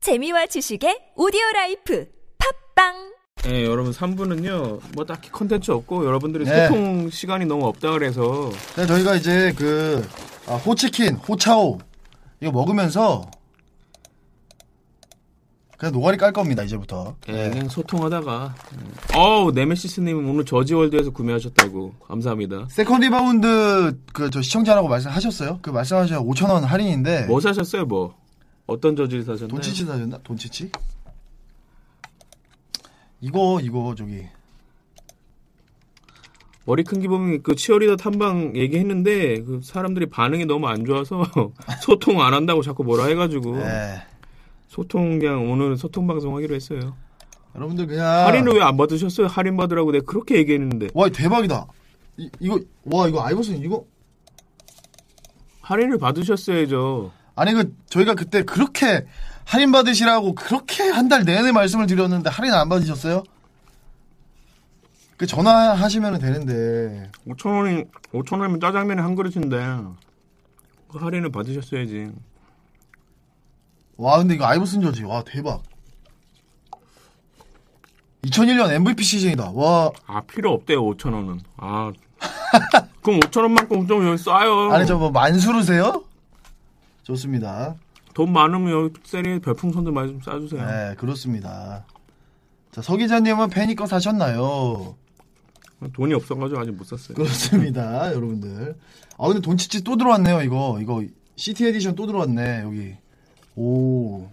재미와 지식의 오디오 라이프 팝빵 네, 여러분 3부는요. 뭐 딱히 컨텐츠 없고 여러분들이 네. 소통 시간이 너무 없다 그래서 네, 저희가 이제 그 아, 호치킨, 호차오 이거 먹으면서 그냥 노가리 깔 겁니다 이제부터. 네. 예, 그냥 소통하다가 예. 어우 네메시스님 오늘 저지월드에서 구매하셨다고 감사합니다. 세컨 리바운드 그 저 시청자라고 말씀하셨어요? 그 말씀하신 5천 원 할인인데 뭐 네. 사셨어요 뭐? 어떤 저지를 사셨나요? 네. 돈치치 사셨나? 돈치치? 이거 이거 저기 머리 큰 기범이 그 치어리더 탐방 얘기했는데 그 사람들이 반응이 너무 안 좋아서 소통 안 한다고 자꾸 뭐라 해가지고 예. 소통 그냥 오늘 소통 방송 하기로 했어요. 여러분들 그냥 할인을 왜 안 받으셨어요? 할인 받으라고 내가 그렇게 얘기했는데 와 대박이다. 이, 이거 와 이거 아이버슨 이거 할인을 받으셨어야죠. 아니 그 저희가 그때 그렇게 할인 받으시라고 그렇게 한 달 내내 말씀을 드렸는데 할인 안 받으셨어요? 그 전화하시면 되는데 5천 원이 5천 원이면 짜장면에 한 그릇인데 그 할인을 받으셨어야지. 와 근데 이거 아이브슨 저지 와 대박 2001년 MVP 시즌이다 와 아 필요 없대요 5천 원은. 아 그럼 5천 원만큼 좀 여기 싸요. 아니 저 뭐 만수르세요? 좋습니다 돈 많으면 여기 세리 별풍선도 많이 좀 싸주세요. 네 그렇습니다 자 서 기자님은 패니거 사셨나요? 돈이 없어가지고 아직 못 샀어요. 네. 그렇습니다, 여러분들. 아 근데 돈치치 또 들어왔네요, 이거. 이거 시티 에디션 또 들어왔네, 여기. 오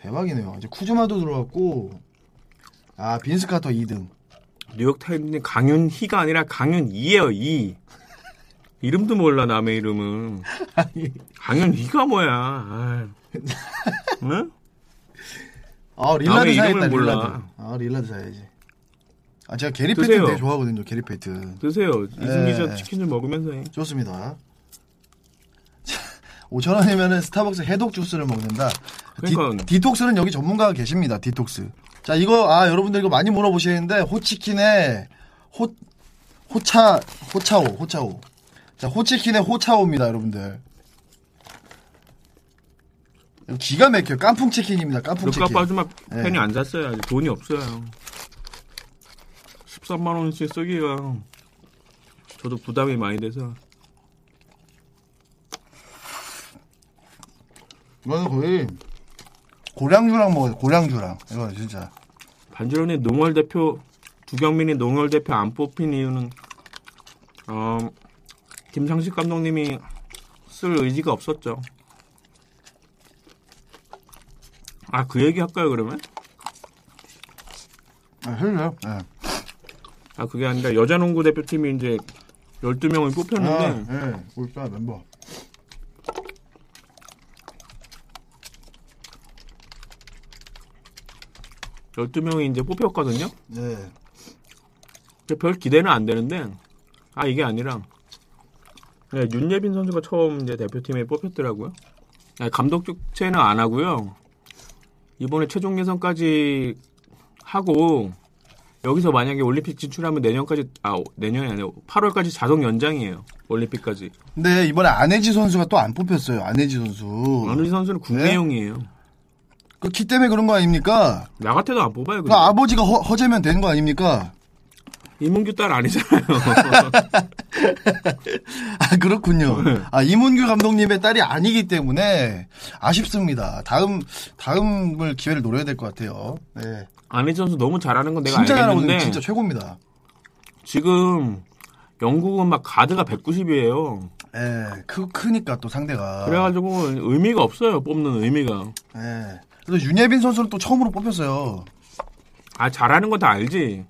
대박이네요. 이제 쿠즈마도 들어왔고, 아 빈스카터 2등. 뉴욕 타임즈는 강윤희가 아니라 강윤이에요 이. 이름도 몰라 남의 이름은. 강윤희가 뭐야? 아, 응? 아 릴라드 남의 사야겠다, 이름을 몰라. 릴라드. 아 릴라드 사야지. 아 제가 게리 드세요. 페이튼 되게 좋아하거든요, 게리 페이튼. 드세요. 이승기 저 네. 치킨 좀 먹으면서 해. 좋습니다. 5천 원이면은 스타벅스 해독 주스를 먹는다. 그러니까. 디, 톡스는 여기 전문가가 계십니다. 디톡스. 자 이거 아 여러분들 이거 많이 물어보시는데 호치킨의 호 호차 호차오 호차오. 자 호치킨의 호차오입니다, 여러분들. 이거 기가 막혀요. 깐풍 치킨입니다. 깐풍 치킨. 루카 빠주마 팬이 네. 안 샀어요. 아직 돈이 없어요. 13만 원씩 쓰기가 저도 부담이 많이 돼서 이거는 거의 고량주랑 먹어요. 고량주랑 이거 진짜. 반지론의 농월 대표 두경민이 농월 대표 안 뽑힌 이유는 어, 김상식 감독님이 쓸 의지가 없었죠. 아 그 얘기 할까요 그러면? 아, 해주세요. 네. 아 그게 아니라 여자농구 대표팀이 이제 12명을 뽑혔는데 아, 네. 골사 멤버. 열두 명이 이제 뽑혔거든요. 네. 근데 별 기대는 안 되는데 아 이게 아니라 네, 윤예빈 선수가 처음 이제 대표팀에 뽑혔더라고요. 네, 감독 교체는 안 하고요. 이번에 최종 예선까지 하고 여기서 만약에 올림픽 진출하면 내년까지 아 내년이 아니에요. 8월까지 자동 연장이에요. 올림픽까지. 근데 이번에 안혜지 선수가 또 안 뽑혔어요. 네? 안혜지 선수. 안우지 선수는 국내용이에요. 그키 때문에 그런 거 아닙니까? 나 같아도 안 뽑아요. 그 그냥. 아버지가 허, 허재면 되는 거 아닙니까? 이문규 딸 아니잖아요. 아 그렇군요. 네. 아 이문규 감독님의 딸이 아니기 때문에 아쉽습니다. 다음 다음을 기회를 노려야 될 것 같아요. 네. 안우지 선수 너무 잘하는 건 내가 진짜 알겠는데 잘하거든요. 진짜 최고입니다. 지금 영국은 막 가드가 190이에요. 예. 크 크니까 또 상대가. 그래가지고 의미가 없어요 뽑는 의미가. 예. 그래서 윤예빈 선수는 또 처음으로 뽑혔어요. 아 잘하는 거 다 알지.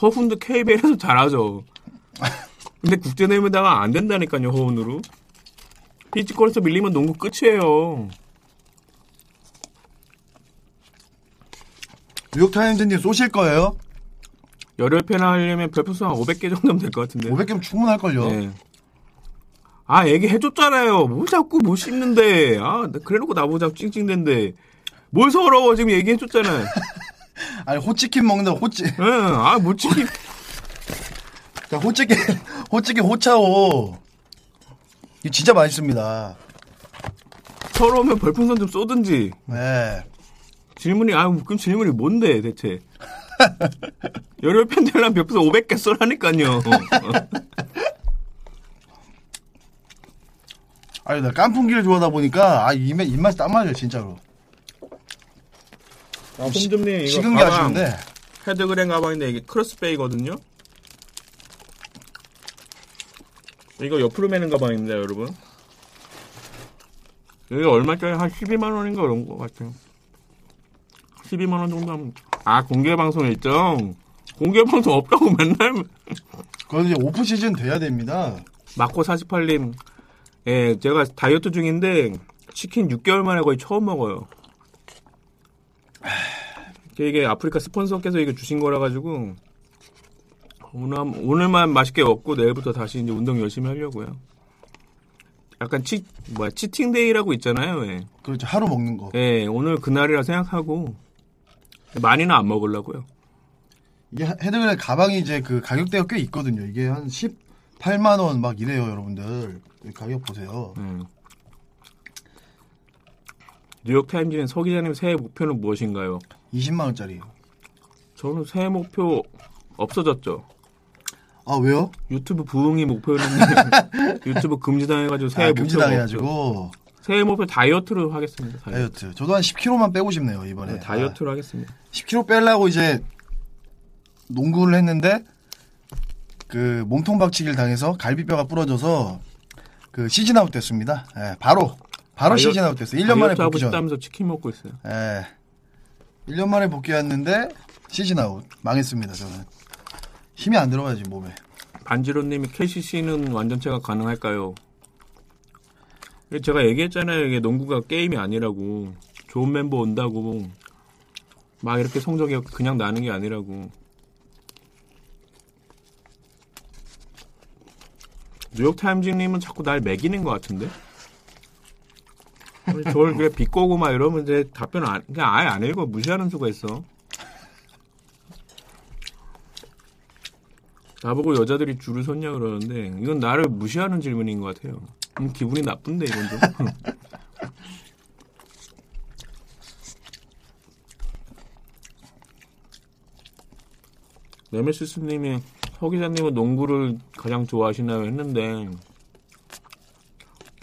허훈도 KBL에서 잘하죠. 근데 국제 대회에다가 안 된다니까요 허훈으로. 피지컬에서 밀리면 농구 끝이에요. 뉴욕 타임즈님 쏘실 거예요? 열혈 팬 하려면 별풍선 한 500개 정도면 될 것 같은데. 500개면 충분할 걸요. 네. 아 얘기해줬잖아요. 뭐 자꾸 뭐 씹는데. 아 그래놓고 나보자 찡찡댄데. 뭘 서러워 지금 얘기해줬잖아요. 아니 호치킨 먹는다. 호치 응, 아, 못 찍기. 자, 그러니까 호치킨, 호치킨 호차오. 이거 진짜 맛있습니다. 서러우면 별풍선 좀 쏘든지. 네. 질문이 아 그럼 질문이 뭔데 대체? 열혈 팬들랑 벽에서 500개 쏘라니까요. 아, 아니 나 깐풍기를 좋아하다 보니까 아 입맛 입맛이 딱 맞아요 진짜로. 홈즈님 식은 게 아쉬운데 헤드그랜 가방인데 이게 크로스베이거든요. 이거 옆으로 매는 가방입니다, 여러분. 이게 얼마짜리 한 12만 원인가 그런 것 같아요. 12만 원 정도 하면 아 공개 방송 일정 공개 방송 없다고 맨날 그건 이제 오프 시즌 돼야 됩니다. 마코 48님 예 제가 다이어트 중인데 치킨 6개월 만에 거의 처음 먹어요. 이게 아프리카 스폰서께서 이거 주신 거라 가지고 오늘 한- 오늘만 맛있게 먹고 내일부터 다시 이제 운동 열심히 하려고요. 약간 치 뭐야 치팅 데이라고 있잖아요. 예. 그렇죠 하루 먹는 거. 예, 오늘 그날이라 생각하고 많이는 안 먹으려고요. 이게 헤드웨어 가방이 이제 그 가격대가 꽤 있거든요. 이게 한 18만 원 막 이래요, 여러분들. 이 가격 보세요. 음. 뉴욕 타임즈는 서 기자님 새해 목표는 무엇인가요? 20만 원짜리. 저는 새해 목표 없어졌죠. 아 왜요? 유튜브 부흥이 목표였는데 유튜브 금지당해가지고 새해 아, 네, 목표 금지당해가지고 새해 목표 다이어트로 하겠습니다. 다이어트. 다이어트. 저도 한 10kg만 빼고 싶네요 이번에. 네. 다이어트로 하겠습니다. 아, 10kg 빼려고 이제 농구를 했는데 그 몸통 박치기를 당해서 갈비뼈가 부러져서 그 시즌 아웃 됐습니다. 예, 바로 바로 다이어- 시즌 아웃 됐어요. 1년 만에 다이어트 하고 복귀전. 싶다면서 치킨 먹고 있어요. 예. 1년 만에 복귀했는데 시즌 아웃 망했습니다 저는 힘이 안 들어가지 몸에 반지로님이 KCC는 완전체가 가능할까요? 이게 제가 얘기했잖아요. 이게 농구가 게임이 아니라고 좋은 멤버 온다고 막 이렇게 성적이 그냥 나는 게 아니라고. 뉴욕 타임즈님은 자꾸 날 매기는 것 같은데. 저를 그래 비꼬고 막 이러면 이제 답변 안 그냥 아예 안 읽어 무시하는 수가 있어. 나보고 여자들이 줄을 섰냐 그러는데 이건 나를 무시하는 질문인 것 같아요. 음, 기분이 나쁜데 이건 좀. 네메시스님이 허 기자님은 농구를 가장 좋아하시나요 했는데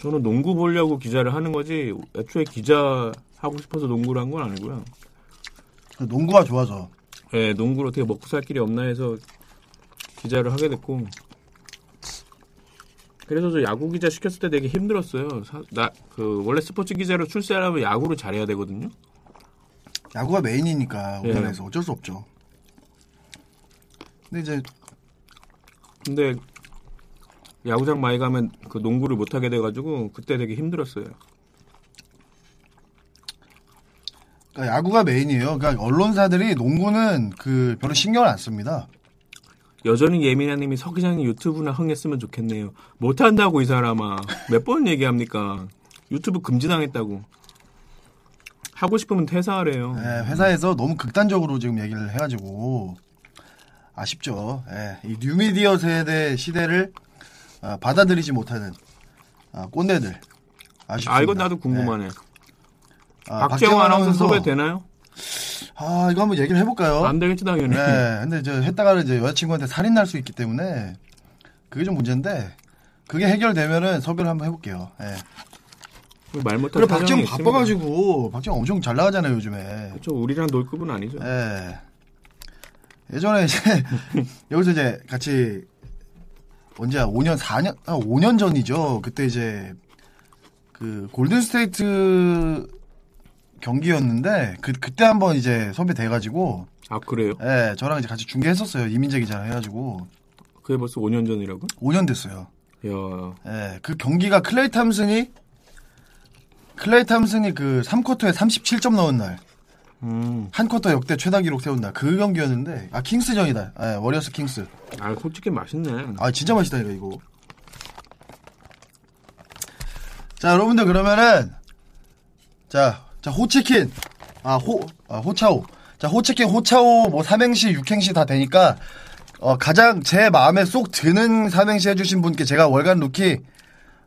저는 농구 보려고 기자를 하는 거지 애초에 기자 하고 싶어서 농구를 한 건 아니고요. 농구가 좋아서 예, 농구로 어떻게 먹고 살 길이 없나 해서 기자를 하게 됐고 그래서 저 야구 기자 시켰을 때 되게 힘들었어요. 나 그 원래 스포츠 기자로 출세하려면 야구를 잘해야 되거든요. 야구가 메인이니까 예. 우리나라에서 어쩔 수 없죠. 근데 이제 근데 야구장 많이 가면 그 농구를 못 하게 돼가지고 그때 되게 힘들었어요. 그러니까 야구가 메인이에요. 그러니까 언론사들이 농구는 그 별로 신경을 안 씁니다. 여전히 예민아님이 서 기자님 유튜브나 흥했으면 좋겠네요. 못한다고 이 사람아. 몇 번 얘기합니까? 유튜브 금지당했다고. 하고 싶으면 퇴사하래요. 예, 회사에서 너무 극단적으로 지금 얘기를 해가지고 아쉽죠. 예, 이 뉴미디어 세대 시대를 아, 받아들이지 못하는 아, 꼰대들 아쉽습니다. 아 이건 나도 궁금하네. 예. 아, 박재영 아나운서 아나운서. 소개되나요? 아 이거 한번 얘기를 해볼까요? 안 되겠지 당연히. 네, 근데 저 했다가 이제 여자친구한테 살인 날 수 있기 때문에 그게 좀 문제인데 그게 해결되면은 섭외를 한번 해볼게요. 예. 말 못할 그래 박지영 바빠가지고 박지영 엄청 잘 나가잖아요 요즘에. 저 우리랑 놀 급은 아니죠. 예. 예전에 이제 여기서 이제 같이 언제야 5년 4년 아 5년 전이죠. 그때 이제 그 골든 스테이트 경기였는데 그 그때 한번 이제 섭외돼 가지고 아 그래요? 예, 저랑 이제 같이 중계했었어요. 이민재 기자랑 해 가지고 그게 벌써 5년 전이라고? 5년 됐어요. 야, 예, 그 경기가 클레이 탐슨이 클레이 탐슨이 그 3쿼터에 37점 넣은 날, 음, 한 쿼터 역대 최다 기록 세운 날 그 경기였는데 아 킹스전이다. 예, 워리어스 킹스. 아 솔직히 맛있네. 아 진짜 맛있다 이거 이거. 자 여러분들 그러면은 자, 자 호치킨 아호 아, 호차오 자 호치킨 호차오 뭐 삼행시 육행시 다 되니까 어, 가장 제 마음에 쏙 드는 삼행시 해주신 분께 제가 월간 루키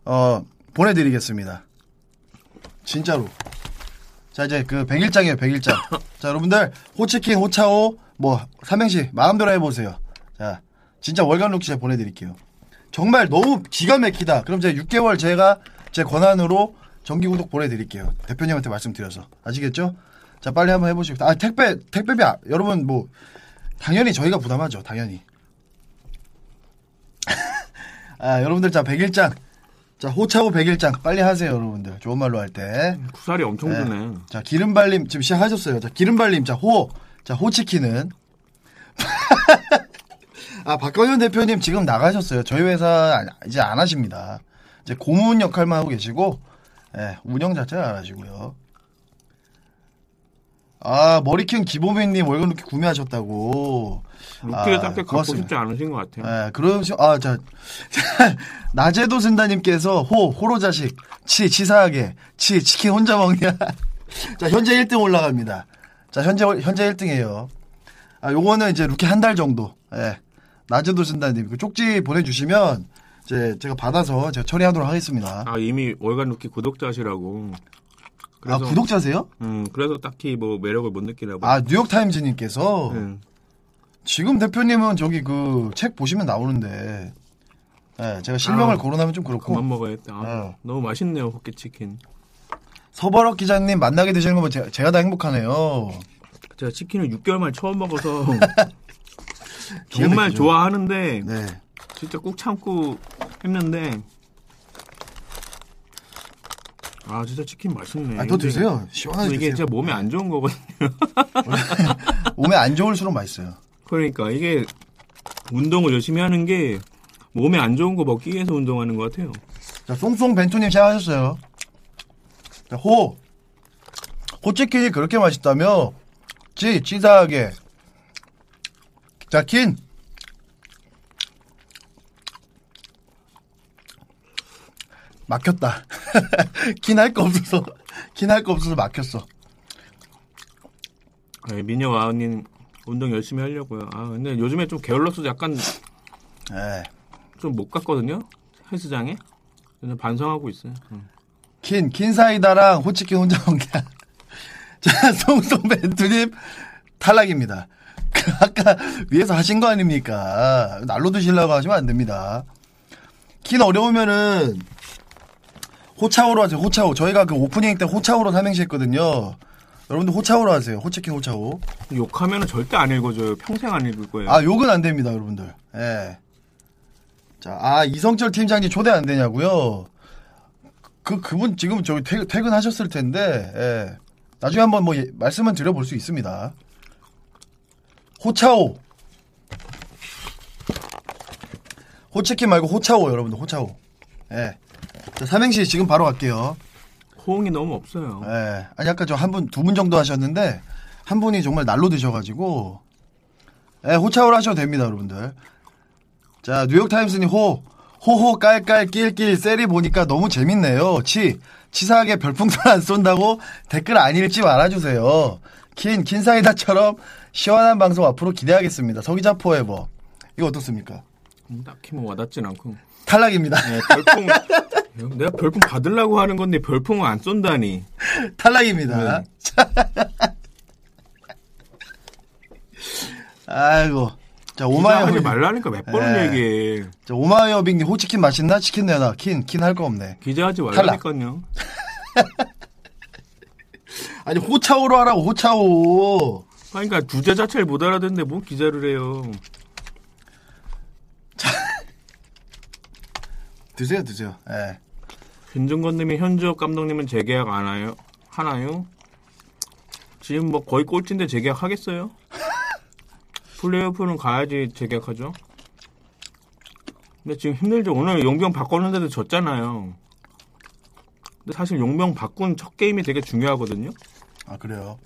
어 보내드리겠습니다 진짜로 자 이제 그 101장이에요 101장 자 여러분들 호치킨 호차오 뭐 삼행시 마음대로 해보세요 자 진짜 월간 룩 제가 보내드릴게요 정말 너무 기가 막히다 그럼 제가 6개월 제가 제 권한으로 정기구독 보내드릴게요 대표님한테 말씀드려서 아시겠죠? 자 빨리 한번 해보시고 아 택배 택배비 아- 여러분 뭐 당연히 저희가 부담하죠 당연히 아 여러분들 자 101장 자 호차오 101장 빨리 하세요 여러분들 좋은 말로 할때 구살이 엄청 네. 드네. 자, 기름발림 지금 시작하셨어요. 자, 기름발림 자, 호. 자, 호치킨은 아, 박건현 대표님 지금 나가셨어요. 저희 회사 안- 이제 안 하십니다. 이제 고문 역할만 하고 계시고 예, 운영 자체는 안 하시고요. 아, 머리킨 기보배님 월급 이렇게 구매하셨다고. 루키를 아, 딱히 갖고 고맙습니다. 싶지 않으신 것 같아요. 예, 그런 식, 아, 자, 낮에도 쓴다님께서 호, 호로자식, 치, 치사하게, 치, 치킨 혼자 먹냐. 자, 현재 1등 올라갑니다. 자, 현재, 월- 현재 1등이에요. 아, 요거는 이제 루키 한 달 정도. 예. 낮에도 쓴다님, 그 쪽지 보내주시면, 이제 제가 받아서 제가 처리하도록 하겠습니다. 아 이미 월간 루키 구독자시라고. 아, 구독자세요? 음 그래서 딱히 뭐 매력을 못 느끼나 봐. 아, 뉴욕타임즈님께서, 음. 지금 대표님은 저기 그 책 보시면 나오는데, 예, 제가 실명을 아우, 거론하면 좀 그렇고. 그만 먹어야겠다. 아, 네. 너무 맛있네요 호끼 치킨. 서버럭 기자님 만나게 되시는 거 보면 제가, 제가 다 행복하네요. 제가 치킨을 6개월 만에 처음 먹어서 정말 막히죠. 좋아하는데 네. 진짜 꾹 참고 했는데 아 진짜 치킨 맛있네. 아, 더 근데 드세요. 또 시원하게 이게 드세요. 진짜 뭐- 몸에 안 좋은 거거든요. 몸에 안 좋을수록 맛있어요. 그러니까 이게 운동을 열심히 하는 게 몸에 안 좋은 거 먹기 위해서 운동하는 것 같아요. 자, 송송 벤투님 시작하셨어요. 자, 호. 호치킨이 그렇게 맛있다며? 치, 치사하게. 자, 킨. 막혔다. 킨 할 거 없어서. 킨 할 거 없어서 막혔어. 네, 미녀 아우님 운동 열심히 하려고요. 아 근데 요즘에 좀 게을러서 약간 예. 좀 못 갔거든요. 헬스장에. 그래서 반성하고 있어요. 음. 킨, 킨 사이다랑 호치킨 혼자 먹냐. 자, 송송 벤투님 탈락입니다. 그 아까 위에서 하신 거 아닙니까? 날로 드시려고 하시면 안 됩니다. 킨 어려우면은 호차오로 하세요. 호차오. 저희가 그 오프닝 때 호차오로 삼행시 했거든요. 여러분들 호차오로 하세요. 호치킨 호차오. 욕하면 절대 안 읽어줘요. 평생 안 읽을 거예요. 아, 욕은 안 됩니다, 여러분들. 예. 자, 아, 이성철 팀장님 초대 안 되냐고요? 그, 그분 지금 저기 퇴- 퇴근하셨을 텐데, 예. 나중에 한번 뭐, 예- 말씀은 드려볼 수 있습니다. 호차오. 호치킨 말고 호차오, 여러분들, 호차오. 예. 자, 삼행시 지금 바로 갈게요. 호응이 너무 없어요. 예. 아니 아까 저 한 분 두 분 정도 하셨는데 한 분이 정말 날로 드셔가지고 예, 호차오를 하셔도 됩니다, 여러분들. 자, 뉴욕 타임스님 호 호호 깔깔 낄낄 셀이 보니까 너무 재밌네요. 치 치사하게 별풍선 안 쏜다고 댓글 안 읽지 말아주세요. 긴 긴사이다처럼 시원한 방송 앞으로 기대하겠습니다. 서기자 포에버 이거 어떻습니까? 음, 딱히 뭐 와닿진 않고. 탈락입니다. 네, 별풍. 내가 별풍 받으려고 하는 건데 별풍을 안 쏜다니. 탈락입니다. 네. 아이고. 자, 오마하지 오마이어. 말라니까 몇 번을 네. 얘기해. 자, 오마이어 빅님 호치킨 맛있나? 치킨 내놔. 킨, 킨 할 거 없네. 기자하지 탈락. 말라니까요. 아니, 호차오로 하라고, 호차오. 그러니까 주제 자체를 못 알아듣는데 뭐 기자를 해요. 드세요, 드세요. 예. 김준건님이 현주혁 감독님은 재계약 안 하요? 하나요? 지금 뭐 거의 꼴찌인데 재계약 하겠어요? 플레이오프는 가야지 재계약하죠. 근데 지금 힘들죠. 오늘 용병 바꿨는데도 졌잖아요. 근데 사실 용병 바꾼 첫 게임이 되게 중요하거든요. 아, 그래요.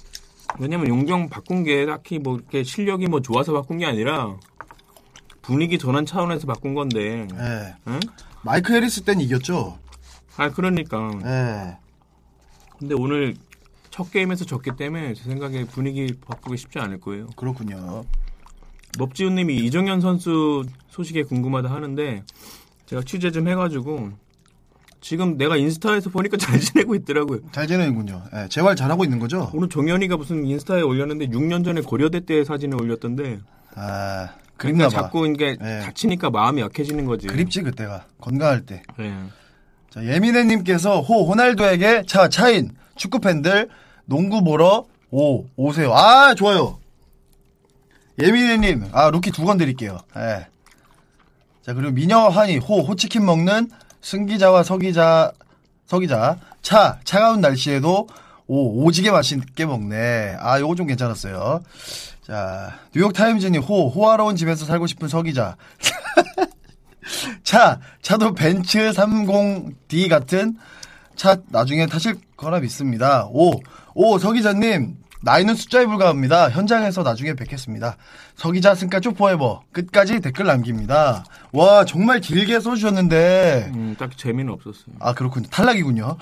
왜냐면 용병 바꾼 게 딱히 뭐 이렇게 실력이 뭐 좋아서 바꾼 게 아니라 분위기 전환 차원에서 바꾼 건데. 예. 응? 마이크 해리스 땐 이겼죠? 아 그러니까. 예. 근데 오늘 첫 게임에서 졌기 때문에 제 생각에 분위기 바꾸기 쉽지 않을 거예요. 그렇군요. 먹지훈님이 이정현 선수 소식에 궁금하다 하는데 제가 취재 좀 해가지고 지금 내가 인스타에서 보니까 잘 지내고 있더라고요. 잘 지내는군요. 예, 재활 잘하고 있는 거죠? 오늘 종현이가 무슨 인스타에 올렸는데 6년 전에 고려대 때 사진을 올렸던데 아, 그러니까 그립나 봐. 자꾸 이게 네. 다치니까 마음이 약해지는 거지. 그립지 그때가 건강할 때. 예. 자, 예민해님께서 호 호날두에게 차 차인 축구 팬들 농구 보러 오 오세요. 아 좋아요. 예민해님 아 루키 두 건 드릴게요. 예. 자 그리고 미녀환이 호 호치킨 먹는 승기자와 서기자 서기자 차 차가운 날씨에도 오 오지게 맛있게 먹네. 아 요거 좀 괜찮았어요. 자 뉴욕 타임즈님 호 호화로운 집에서 살고 싶은 서기자 차, 차도 벤츠 30D 같은 차 나중에 타실 거라 믿습니다. 오, 오, 서 기자님, 나이는 숫자에 불과합니다. 현장에서 나중에 뵙겠습니다. 서 기자 승가쇼 포에버 끝까지 댓글 남깁니다. 와, 정말 길게 써주셨는데. 음, 딱 재미는 없었어요. 아, 그렇군요. 탈락이군요.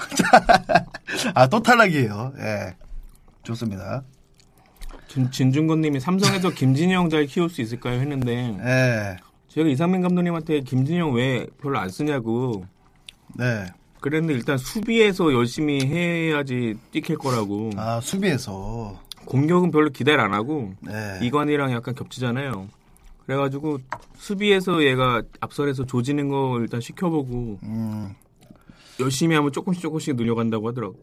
아, 또 탈락이에요. 예. 좋습니다. 진, 진중권님이 삼성에서 김진영 잘 키울 수 있을까요 했는데 예. 제가 이상민 감독님한테 김진영 왜 별로 안 쓰냐고 네. 그랬는데 일단 수비에서 열심히 해야지 뛰킬 거라고 아, 수비에서. 공격은 별로 기대를 안 하고 네. 이관이랑 약간 겹치잖아요. 그래가지고 수비에서 얘가 앞설에서 조지는 거 일단 시켜보고 음. 열심히 하면 조금씩 조금씩 늘려간다고 하더라고.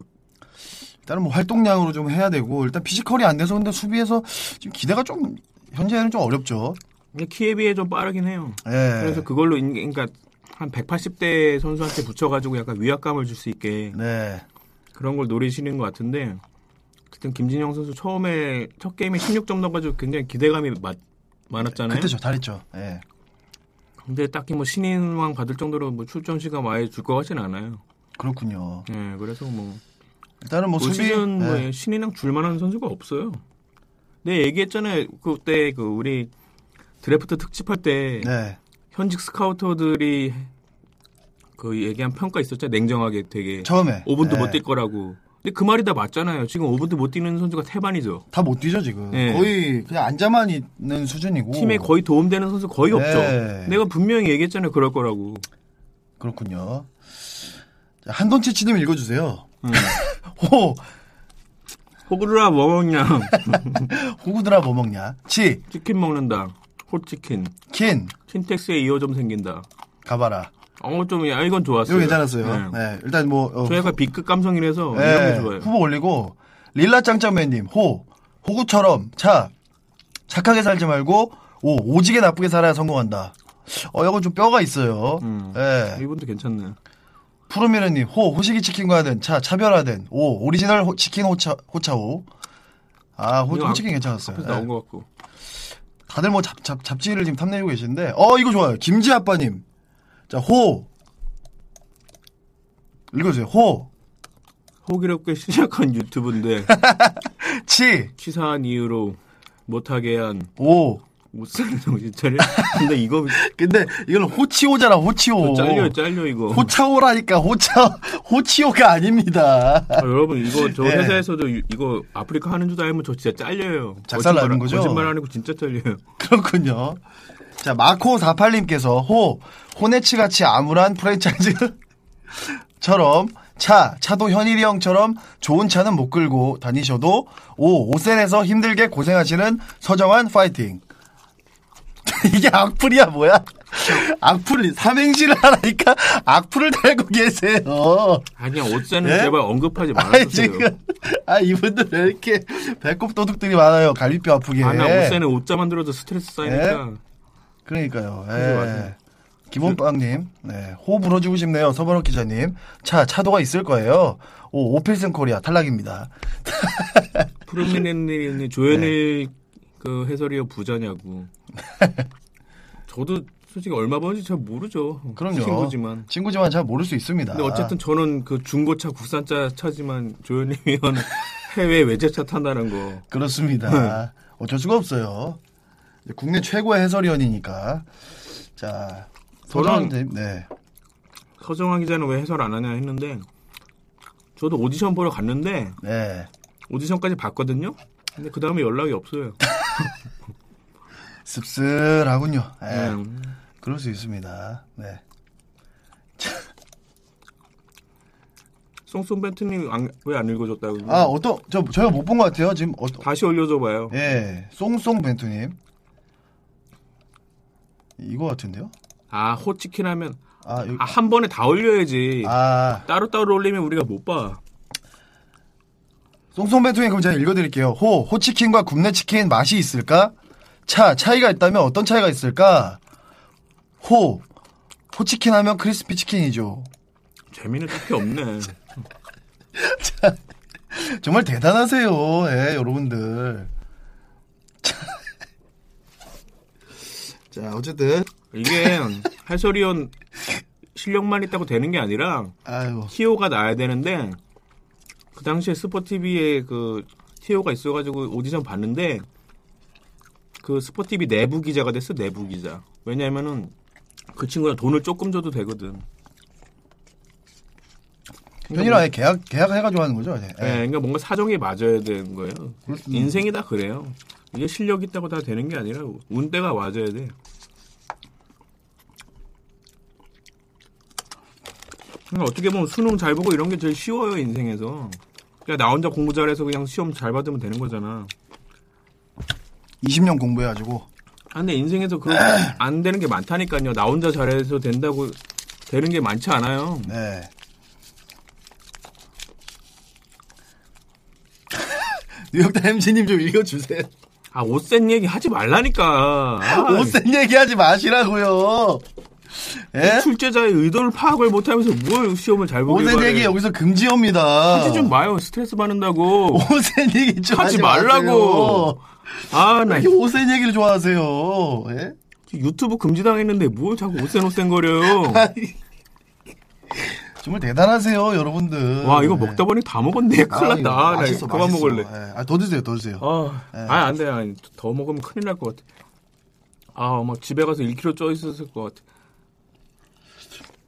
일단은 뭐 활동량으로 좀 해야 되고 일단 피지컬이 안 돼서 근데 수비에서 지금 기대가 좀 현재는 좀 어렵죠. 근데 키에 비해 좀 빠르긴 해요. 예. 그래서 그걸로 인- 그러니까 한 180대 선수한테 붙여가지고 약간 위압감을 줄 수 있게 네. 그런 걸 노리시는 것 같은데 어쨌든 김진영 선수 처음에 첫 게임에 16점 넣어가지고 굉장히 기대감이 많- 많았잖아요. 그때 저 다랬죠. 예. 근데 딱히 뭐 신인왕 받을 정도로 뭐 출전 시간 많이 줄 것 같진 않아요. 그렇군요. 예, 그래서 뭐 일단은 뭐 올 수비 시즌 뭐 예. 신인왕 줄만한 선수가 없어요. 내 얘기했잖아요. 그때 그 우리 드래프트 특집할 때 네. 현직 스카우터들이 그 얘기한 평가 있었잖아요. 냉정하게 되게 처음에 5분도 예. 못 뛸 거라고. 근데 그 말이 다 맞잖아요. 지금 5분도 못 뛰는 선수가 태반이죠. 다못 뛰죠 지금. 예. 거의 그냥 앉아만 있는 수준이고. 팀에 거의 도움되는 선수 거의 네. 없죠. 내가 분명히 얘기했잖아요. 그럴 거라고. 그렇군요. 자, 한돈치치님 읽어주세요. 음. 호 호구르라 뭐 먹냐? 호구들아 뭐 먹냐? 치 치킨 먹는다. 홀치킨. 킨 킨텍스에 이어점 생긴다. 가봐라. 어, 좀, 야, 이건 이거 좋았어요. 괜찮았어요. 네. 네. 일단 뭐 어, 저희가 B급 어, 감성이라서 예, 이런 게 좋아요. 후보 올리고 릴라 짱짱맨님 호 호구처럼 차 착하게 살지 말고 오 오지게 나쁘게 살아야 성공한다. 어 이건 좀 뼈가 있어요. 음. 예. 이분도 괜찮네. 푸르미르님 호 호식이 치킨과는 차 차별화된 오 오리지널 호- 치킨 호차 호차오. 아 호, 이거 호치킨 괜찮았어요. 앞에서 예. 나온 것 같고. 다들 뭐 잡, 잡, 잡지를 지금 탐내고 계시는데, 어, 이거 좋아요. 김지 아빠님. 자, 호. 읽어주세요. 호. 호기롭게 시작한 유튜브인데 치. 치사한 이유로 못하게 한 오. 못쓰는 정신 차려. 근데 이거 근데 이건 호치오잖아, 호치오. 잘려 잘려 이거. 호차오라니까, 호차, 호치오가 아닙니다. 아, 여러분 이거 저 예. 회사에서도 유- 이거 아프리카 하는 줄 알면 저 진짜 잘려요. 작살 나는 거죠? 거짓말 아니고 진짜 잘려요. 그렇군요. 자, 마코48님께서 호, 호네츠 같이 암울한 프랜차이즈처럼 차, 차도 현일이 형처럼 좋은 차는 못 끌고 다니셔도 오, 오센에서 힘들게 고생하시는 서정환 파이팅. 이게 악플이야 뭐야? 악플 삼행시를 하라니까 악플을 달고 계세요. 아니야 옷새는 예? 제발 언급하지 아니 말아주세요. 지금 아 이분들 왜 이렇게 배꼽 도둑들이 많아요. 갈비뼈 아프게. 아나 옷새는 옷자 만들어서 스트레스 쌓이니까 예? 그러니까요. 그죠, 맞아요. 예. 기본빵님, 네. 호 불어주고 싶네요. 서버럭 기자님. 차, 차도가 있을 거예요. 오, 오필슨 코리아 탈락입니다. 푸르미네님 조현일 그 해설위원 부자냐고. 저도 솔직히 얼마 버는지 잘 모르죠. 그럼요. 친구지만. 친구지만 잘 모를 수 있습니다. 근데 어쨌든 저는 그 중고차, 국산차 차지만 조현일 위원 해외 외제차 탄다는 거. 네. 그렇습니다. 어쩔 수가 없어요. 이제 국내 최고의 해설위원이니까. 자, 저런- 서정환님, 네. 서정환 기자는 왜 해설 안 하냐 했는데 저도 오디션 보러 갔는데 네. 오디션까지 봤거든요. 근데 그 다음에 연락이 없어요. 씁쓸하군요. 네. 예. 음. 그럴 수 있습니다. 네. 송송 벤트님 왜 안 읽어줬다고? 아 어떤 저 저희가 못 본 것 같아요 지금 어, 다시 올려줘봐요. 예 송송 벤투님 이거 같은데요? 아 호치킨 하면 아, 여기, 아, 한 번에 다 올려야지. 아 따로따로 올리면 우리가 못 봐. 송송 벤투님 그럼 제가 읽어드릴게요. 호 호치킨과 굽네 치킨 맛이 있을까? 차 차이가 있다면 어떤 차이가 있을까? 호 호치킨 하면 크리스피 치킨이죠. 재미는 딱히 없네. 정말 대단하세요, 예, 여러분들. 자, 어쨌든 이게 해설위원 실력만 있다고 되는 게 아니라 아유, 어. 티오가 나야 되는데 그 당시에 스포티비에 그 티오가 있어가지고 오디션 봤는데 그 스포티비 내부 기자가 됐어 내부 기자 왜냐면은 그 친구랑 돈을 조금 줘도 되거든 현이랑 아예 계약 계약 해가지고 하는 거죠, 예. 예, 그러니까 뭔가 사정이 맞아야 되는 거예요 그렇습니다. 인생이 다 그래요 이게 실력 있다고 다 되는 게 아니라 운때가 맞아야 돼 그냥 그러니까 어떻게 보면 수능 잘 보고 이런 게 제일 쉬워요 인생에서. 그냥 나 혼자 공부 잘해서 그냥 시험 잘 받으면 되는 거잖아. 20년 공부해가지고 아, 근데 인생에서 그 안 되는 게 많다니까요. 나 혼자 잘해서 된다고 되는 게 많지 않아요. 네. 뉴욕 타임즈님 좀 읽어주세요. 아 옷센 얘기 하지 말라니까. 아, 옷센 얘기하지 마시라고요. 예? 출제자의 의도를 파악을 못하면서 뭘 시험을 잘 보길 옷센 바래. 얘기 여기서 금지입니다. 하지 좀 마요. 스트레스 받는다고. 어. 옷센 얘기 좀 하지 하지 말라고. 마세요. 아, 왜 나 이렇게 옷센 얘기를 좋아하세요? 예? 유튜브 금지당했는데 뭘 자꾸 옷센 옷센 거려요. 정말 대단하세요, 여러분들. 네. 와 이거 먹다 보니 다 먹었네. 큰일 아, 났다. 이거 나 맛있어, 그만 맛있어. 먹을래. 예. 아, 더 드세요, 더 드세요. 아, 아, 안 돼. 아니, 더 먹으면 큰일 날 것 같아. 아, 막 집에 가서 1kg 쪄 있었을 것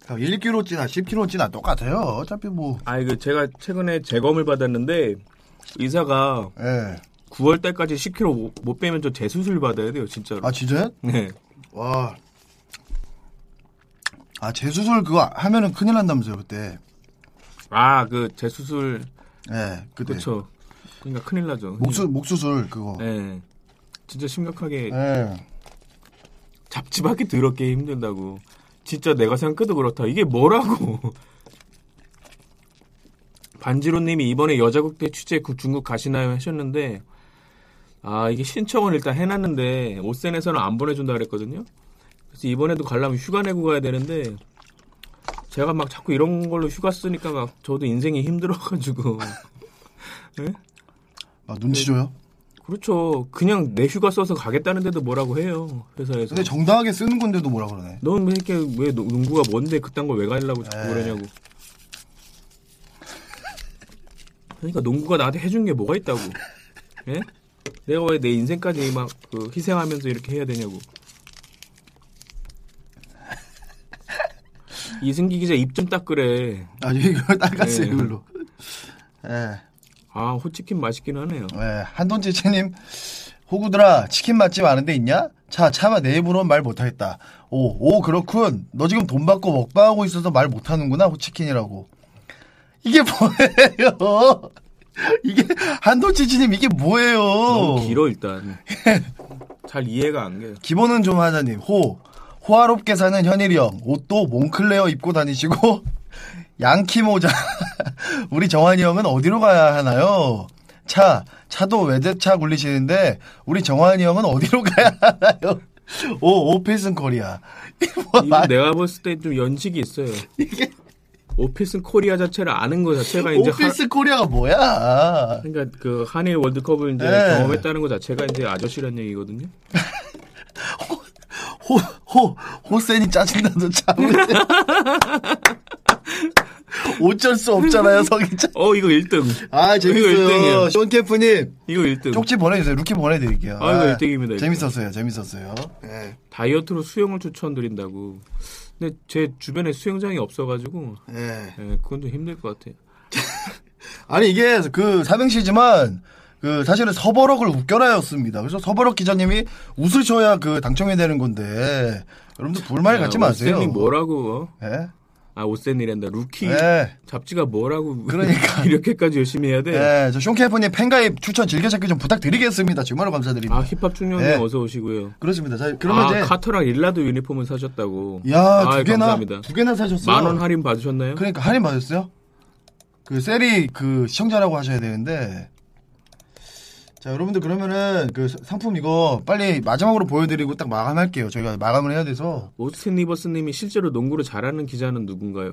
같아. 1kg 찌나 10kg 찌나 똑같아요. 어차피 뭐, 아, 이거 제가 최근에 재검을 받았는데 의사가 예. 9월 달까지 10kg 못, 못 빼면 저 재수술 받아야 돼요, 진짜로. 아, 진짜요? 네. 와. 아, 재수술 그거 하면은 큰일 난다면서요, 그때. 아, 그 재수술 예, 그때. 그렇죠. 그러니까 큰일 나죠. 목수, 목수술 그거. 예. 네. 진짜 심각하게 잡지밖에 더럽게 힘든다고. 진짜 내가 생각해도 그렇다. 이게 뭐라고. 반지로님이 이번에 여자국대 취재 그 중국 가시나요 하셨는데 아 이게 신청은 일단 해놨는데 오센에서는 안 보내준다 그랬거든요. 그래서 이번에도 가려면 휴가 내고 가야 되는데 제가 막 자꾸 이런 걸로 휴가 쓰니까 막 저도 인생이 힘들어가지고 예? 막 아, 눈치 줘요. 그렇죠. 그냥 내 휴가 써서 가겠다는데도 뭐라고 해요 회사에서. 근데 정당하게 쓰는 건데도 뭐라 그러네. 넌왜 이렇게 왜 농- 농구가 뭔데 그딴 걸 왜 가려고 자꾸 네. 그러냐고. 그러니까 농구가 나한테 해준 게 뭐가 있다고. 예? 내가 왜 내 인생까지 막 그 희생하면서 이렇게 해야 되냐고. 이승기 기자 입 좀 닦으래. 아, 이걸 닦았어요, 예. 이걸로. 예. 아 호치킨 맛있긴 하네요. 예. 한돈지채님, 호구들아, 치킨 맛집 아는 데 있냐? 자, 차마 내 입으로는 말 못하겠다. 오, 오, 그렇군. 너 지금 돈 받고 먹방하고 있어서 말 못하는구나, 호치킨이라고. 이게 뭐예요? 이게, 한돈지채님, 이게 뭐예요? 너무 길어 일단. 잘 이해가 안 돼. 기본은 좀 하자님. 호. 호화롭게 사는 현일이 형. 옷도 몽클레어 입고 다니시고 양키 모자. 우리 정환이 형은 어디로 가야 하나요? 차. 차도 외제차 굴리시는데 우리 정환이 형은 어디로 가야 하나요? 오, 오피슨 코리아. 이분 내가 봤을 때 좀 연식이 있어요. 오피스 코리아 자체를 아는 거 자체가 이제 하- 오피스 코리아가 뭐야? 그러니까 그 한일 월드컵을 이제 네. 경험했다는 것 자체가 이제 아저씨란 얘기거든요. 호, 호, 호센이 짜증나서 참으 어쩔 수 없잖아요, 성인차. 어 이거 1등. 아, 이거 일등이에요. 재밌어요. 쇼캠프님. 이거 1등. 쪽지 보내주세요. 루키 보내드릴게요. 네. 아이고, 일등입니다, 일등. 재밌었어요. 재밌었어요. 예. 다이어트로 수영을 추천드린다고. 근데 제 주변에 수영장이 없어가지고 예. 예, 그건 좀 힘들 것 같아요. 아니 이게 그 삼행시지만 그 사실은 서버럭을 웃겨라였습니다. 그래서 서버럭 기자님이 웃으셔야 그 당첨이 되는 건데 여러분들 불만 야, 갖지 마세요. 선생님 뭐라고? 아, 어? 예? 아뭐 오센이란다 루키 네. 잡지가 뭐라고 그러니까. 이렇게까지 열심히 해야 돼? 네, 저 쇼케이프님 팬가입 추천 즐겨찾기 좀 부탁드리겠습니다. 정말로 감사드립니다. 아 힙합 중년님 네. 어서 오시고요. 그렇습니다. 자, 그러면 아 이제 카터랑 일라드 유니폼은 사셨다고. 야, 아이, 두 개나 감사합니다. 두 개나 사셨어요. 만 원 할인 받으셨나요? 그러니까 할인 받았어요? 그 셀이 그 시청자라고 하셔야 되는데 자 여러분들 그러면은 그 사- 상품 이거 빨리 마지막으로 보여드리고 딱 마감할게요 저희가 마감을 해야 돼서 오스틴 리버스님이 실제로 농구를 잘하는 기자는 누군가요?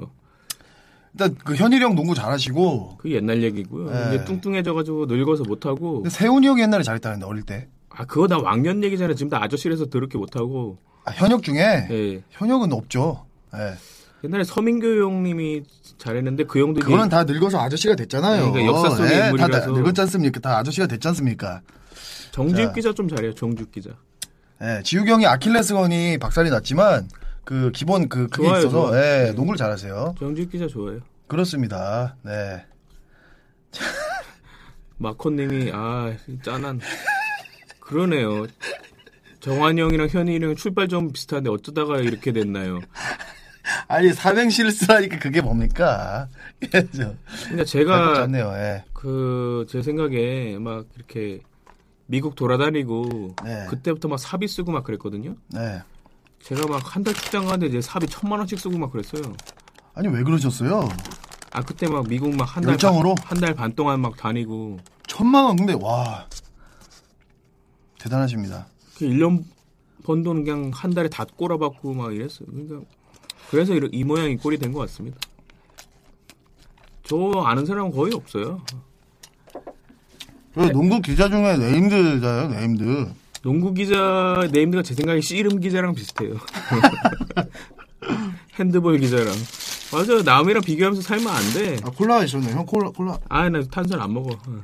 일단 그 현일이 형 농구 잘하시고 그 옛날 얘기고요. 네. 이제 뚱뚱해져가지고 늙어서 못하고. 근데 세훈이 형이 옛날에 잘했다는데 어릴 때 아 그거 다 왕년 얘기잖아. 지금 다 아저씨라서 더럽게 못하고. 아, 현역 중에 예. 현역은 없죠 네. 예. 옛날에 서민교 형님이 잘했는데 그 형도 이제 그거는 다 늙어서 아저씨가 됐잖아요 그러니까 역사 속의 예, 다, 다 인물이라서. 늙었지 않습니까 다 아저씨가 됐지 않습니까 정지욱 자. 기자 좀 잘해요. 정지욱 기자. 예, 지우경이 아킬레스건이 박살이 났지만 그 기본 그 그게 좋아요, 있어서 좋아요. 예, 농구를 잘하세요 정지욱 기자 좋아요. 그렇습니다. 네. 마코님이 아 짠한. 그러네요. 정환이 형이랑 현희 형 출발 좀 비슷한데 어쩌다가 이렇게 됐나요? 아니 사행시를 쓰라니까 그게 뭡니까? 예, 저. 그러니까 나쁘지 제가 않네요. 예. 그 제 생각에 막 이렇게 미국 돌아다니고 네. 그때부터 막 사비 쓰고 막 그랬거든요. 네. 제가 막 한 달 출장 가는데 이제 사비 천만 원씩 쓰고 막 그랬어요. 아니 왜 그러셨어요? 아 그때 막 미국 막 한 달 열정으로? 한 달 반 동안 막 다니고 천만 원 근데 와 대단하십니다. 그 1년 번 돈은 그냥 한 달에 다 꼬라박고 막 이랬어요. 그러니까 그래서 이러- 이 모양이 꼴이 된 것 같습니다. 저 아는 사람은 거의 없어요. 그 농구 기자 중에 네임드잖아요. 네임드. 농구 기자 네임드가 제 생각에 씨름 기자랑 비슷해요. 핸드볼 기자랑. 맞아요. 남이랑 비교하면서 살면 안 돼. 아 콜라 있었네. 형 콜라 콜라. 아, 나 탄산 안 먹어. 어.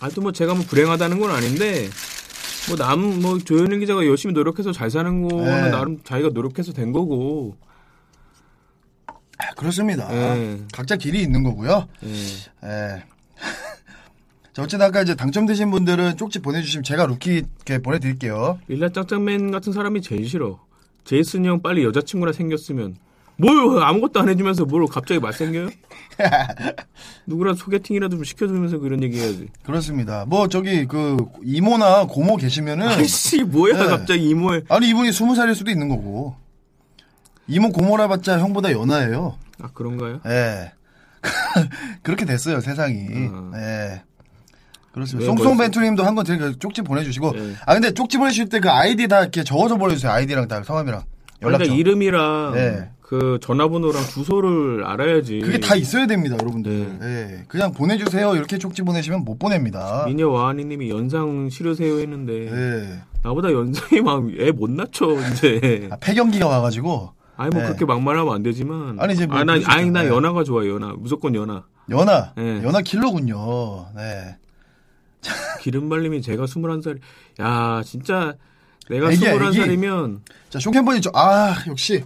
아, 또 뭐 제가 뭐 불행하다는 건 아닌데, 뭐 남, 뭐 조현일 기자가 열심히 노력해서 잘 사는 거는 네. 나름 자기가 노력해서 된 거고. 아, 그렇습니다. 예. 각자 길이 있는 거고요. 예. 예. 자, 어쨌든 아까 이제 당첨되신 분들은 쪽지 보내주시면 제가 루키 이렇게 보내드릴게요. 일라 짱짱맨 같은 사람이 제일 싫어. 제이슨 형 빨리 여자친구나 생겼으면. 뭘 아무것도 안 해주면서 뭘 갑자기 맛생겨요? 누구랑 소개팅이라도 좀 시켜주면서 그런 얘기 해야지. 그렇습니다. 뭐 저기 그 이모나 고모 계시면은 아이씨, 뭐야, 네. 갑자기 이모에. 아니 이분이 스무 살일 수도 있는 거고 이모 고모라 봤자 형보다 연하예요. 아, 그런가요? 예. 그렇게 됐어요 세상이. 음. 예. 그렇습니다. 왜 송송 벌써- 벤투님도 한 건 드리니까 쪽지 보내주시고 예. 아 근데 쪽지 보내실 때 그 아이디 다 이렇게 적어서 보내주세요 아이디랑 다 성함이랑 연락처. 그러니까 이름이랑 네. 그 전화번호랑 주소를 알아야지. 그게 다 있어야 됩니다 여러분들. 네. 예. 그냥 보내주세요 이렇게 쪽지 보내시면 못 보냅니다. 미녀 와하니님이 연상 싫으세요 했는데 예. 나보다 연상이 막 애 못 낳죠 이제. 아, 폐경기가 와가지고 아니 뭐 네. 그렇게 막말하면 안 되지만. 아니, 이제 뭐 아, 나, 그럴 수 아니 나 있잖아요. 연하가 좋아 요 연하 무조건 연하. 연하 예. 연하 킬러군요. 네. 기름발림이 제가 21살. 야 진짜 내가 애기야, 21살이면 자, 송캠퍼님, 저, 아, 역시.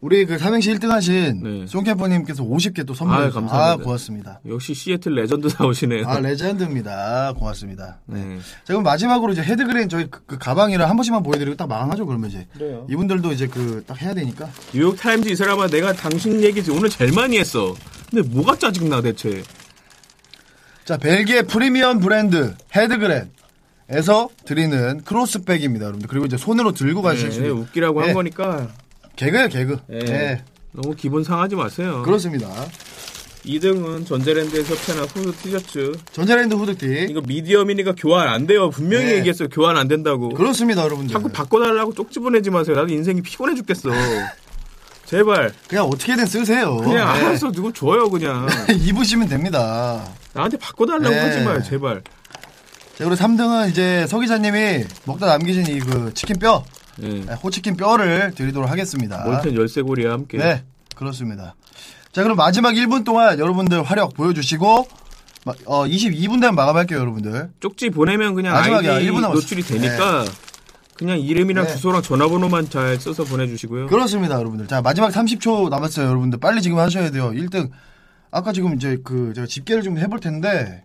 우리 그 삼행시 1등 하신 네. 송캠퍼님께서 50개 또 선물해 아유, 주셨 감사합니다. 아, 고맙습니다. 역시 시애틀 레전드 나오시네요. 아, 레전드입니다. 고맙습니다. 네. 자, 그럼 마지막으로 이제 헤드그레인 저희 그, 그 가방이랑 한 번씩만 보여드리고 딱 마감하죠, 그러면 이제. 그래요. 이분들도 이제 그 딱 해야 되니까. 뉴욕 타임즈 이 사람아 내가 당신 얘기 오늘 제일 많이 했어. 근데 뭐가 짜증나 대체? 자, 벨기에 프리미엄 브랜드 헤드그랜에서 드리는 크로스백입니다, 여러분들. 그리고 이제 손으로 들고 가실 수 네, 있는. 웃기라고 네. 한 거니까 개그예요, 개그. 네. 네. 너무 기분 상하지 마세요. 그렇습니다. 2등은 전자랜드에서 협찬한 후드 티셔츠. 전자랜드 후드티. 이거 미디어 미니가 교환 안 돼요. 분명히 네. 얘기했어요. 교환 안 된다고. 그렇습니다, 여러분들. 자꾸 바꿔달라고 쪽지 보내지 마세요. 나도 인생이 피곤해 죽겠어. 제발 그냥 어떻게든 쓰세요. 그냥 네. 알아서 누구 줘요 그냥. 입으시면 됩니다. 나한테 바꿔달라고 네. 하지 마요 제발. 자, 그리고 3등은 이제 서 기자님이 먹다 남기신 이 그 치킨 뼈, 네. 네, 호치킨 뼈를 드리도록 하겠습니다. 몰펜 열쇠고리와 함께. 네, 그렇습니다. 자, 그럼 마지막 1분 동안 여러분들 활약 보여주시고, 마- 어, 22분 되면 마감할게요, 여러분들. 쪽지 보내면 그냥 마지막이야. 아이디 일분 남았어. 노출이 되니까 그냥 이름이랑 네. 주소랑 전화번호만 잘 써서 보내주시고요. 그렇습니다, 여러분들. 자, 마지막 30초 남았어요, 여러분들. 빨리 지금 하셔야 돼요. 1등. 아까 지금 이제 그, 제가 집계를 좀 해볼 텐데,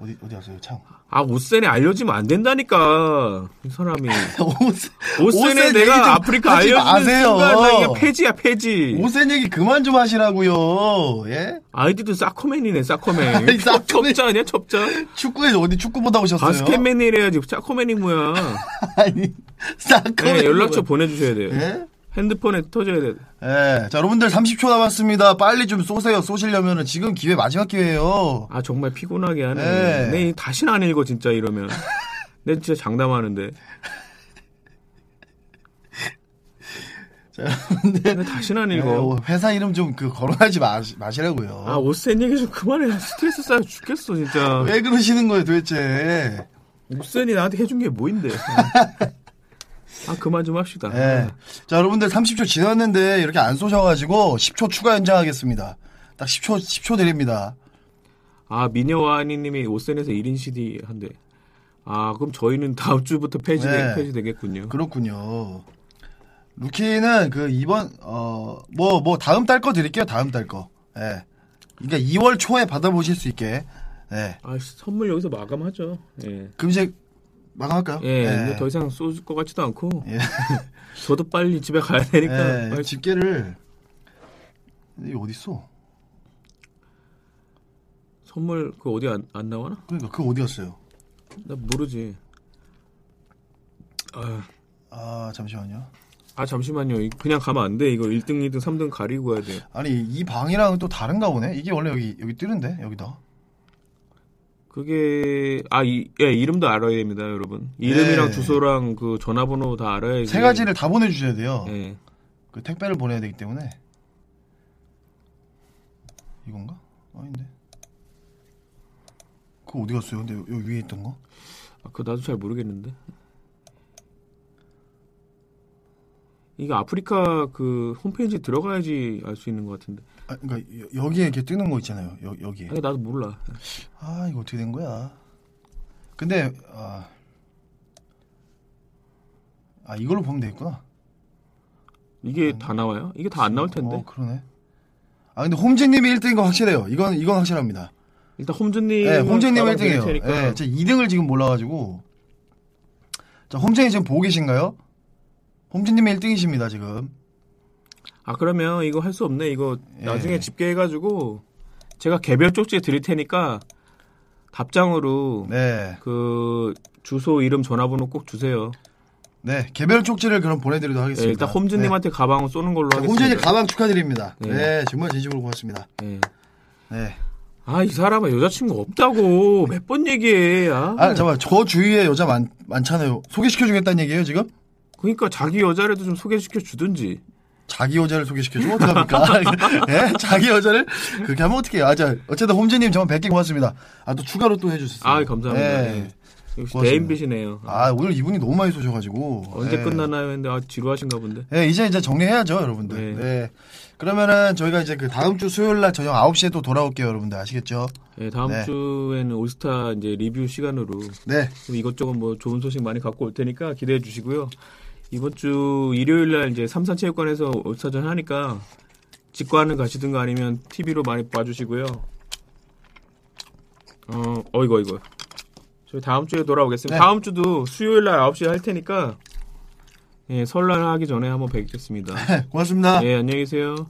어디 어디 가세요 창? 아 오센에 알려지면 안 된다니까 이 사람이 오센 오센에 오센 얘기 좀 내가 아프리카 하지 알려주는 마세요. 순간 나 이게 폐지야 폐지 오센 얘기 그만 좀 하시라고요. 예? 아이디도 사커맨이네 사커맨 아니, 사커맨. 첩자 아니야 첩자 축구에서 어디 축구 보다 오셨어요? 바스켓맨이래야지 사커맨이 뭐야 아니 사커맨 네, 연락처 보내주셔야 돼요 예? 핸드폰에 터져야 돼 예. 자, 여러분들 30초 남았습니다. 빨리 좀 쏘세요. 쏘시려면은 지금 기회 마지막 기회예요. 아 정말 피곤하게 하네. 네. 내 다시는 안 읽어 진짜 이러면. 내 진짜 장담하는데. 내 네, 다시는 안 읽어. 예, 회사 이름 좀 그 거론하지 마시, 마시라고요. 아 뭐. 옷센 얘기 좀 그만해. 나 스트레스 쌓여 죽겠어 진짜. 왜 그러시는 거예요, 도대체? 옷센이 나한테 해준 게 뭐인데. 아 그만 좀 합시다. 예. 자, 여러분들 30초 지났는데 이렇게 안 쏘셔가지고 10초 추가 연장하겠습니다. 딱 10초, 10초 드립니다. 아 미녀와니님이 옷센에서 1인 CD 한대. 아 그럼 저희는 다음 주부터 폐지 네. 폐지 되겠군요. 그렇군요. 루키는 그 이번, 어, 뭐, 뭐, 다음 달 거 드릴게요, 다음 달 거. 예. 그러니까 2월 초에 받아보실 수 있게. 예. 아 선물 여기서 마감하죠. 예. 그럼 이제 마감할까요? 예, 이제 더 이상 쏠 것 같지도 않고. 예. 저도 빨리 집에 가야 되니까. 예, 빨리 집게를. 이게 어딨어? 선물 그 어디 안, 안 나와나? 그러니까 그거 어디 갔어요? 나 모르지. 아, 아, 잠시만요. 아, 잠시만요. 이- 그냥 가면 안 돼. 이거 1등, 2등, 3등 가리고 가야 돼. 아니, 이 방이랑 또 다른가 보네? 이게 원래 여기, 여기 뜨는데? 여기다. 그게 아, 이, 예, 이름도 알아야 됩니다, 여러분. 이름이랑 네. 주소랑 그 전화번호 다 알아야지. 세 가지를 다 보내주셔야 돼요. 예. 그 택배를 보내야 되기 때문에 이건가? 아닌데. 그거 어디 갔어요? 근데 요- 여기 위에 있던 거? 아, 그거 나도 잘 모르겠는데. 이거 아프리카 그 홈페이지 들어가야지 알 수 있는 것 같은데. 아, 그러니까 여- 여기에 이렇게 뜨는 거 있잖아요. 여, 여기. 아니, 나도 몰라. 아 이거 어떻게 된 거야? 근데 아, 아 이걸로 보면 되겠구나. 이게 다 나와요? 이게 다 안 나올 텐데. 네. 어 그러네. 아 근데 홈즈님이 1등인 건 확실해요. 이건 이건 확실합니다. 일단 홈즈님. 네, 홈즈님 나가면 될 1등이에요. 테니까. 네, 제가 2등을 지금 몰라가지고. 자, 홈즈님 지금 보고 계신가요? 홈즈님 1등이십니다, 지금. 아 그러면 이거 할 수 없네. 이거 나중에 집계해가지고 제가 개별 쪽지 드릴 테니까 답장으로 네. 그 주소, 이름, 전화번호 꼭 주세요. 네, 개별 쪽지를 그럼 보내드리도록 네, 하겠습니다. 일단 홈즈님한테 가방을 쏘는 걸로 네. 자, 하겠습니다. 홈즈님 가방 축하드립니다. 네. 네. 정말 진심으로 고맙습니다. 예. 네. 아이 사람아 여자친구 없다고 몇 번 얘기해. 아, 아, 잠깐만. 저 주위에 여자 많, 많잖아요. 소개시켜주겠다는 얘기예요, 지금? 그러니까 자기 여자라도 좀 소개시켜 주든지. 자기 여자를 소개시켜주면 어떡합니까? 네? 자기 여자를? 그렇게 하면 어떡해요. 아, 자, 어쨌든 홈즈님 정말 100개 고맙습니다. 아, 또 추가로 또 해주셨어요. 아 감사합니다. 네. 예. 역시 고맙습니다. 대인비시네요. 아 오늘 이분이 너무 많이 쏘셔가지고 언제 예. 끝나나요? 했는데 아 지루하신가 본데. 예, 이제 이제 정리해야죠 여러분들 네. 네. 그러면은 저희가 이제 그 다음 주 수요일 날 저녁 9시에 또 돌아올게요 여러분들 아시겠죠 예, 다음 네. 주에는 올스타 이제 리뷰 시간으로 네 좀 이것저것 뭐 좋은 소식 많이 갖고 올 테니까 기대해 주시고요. 이번 주 일요일 날 이제 삼산체육관에서 올스타전 하니까 직관을 가시든가 아니면 TV로 많이 봐주시고요. 어, 어이거 이거. 저희 다음 주에 돌아오겠습니다. 네. 다음 주도 수요일 날 9시에 할 테니까 예, 설날 하기 전에 한번 뵙겠습니다. 고맙습니다 예, 안녕히 계세요.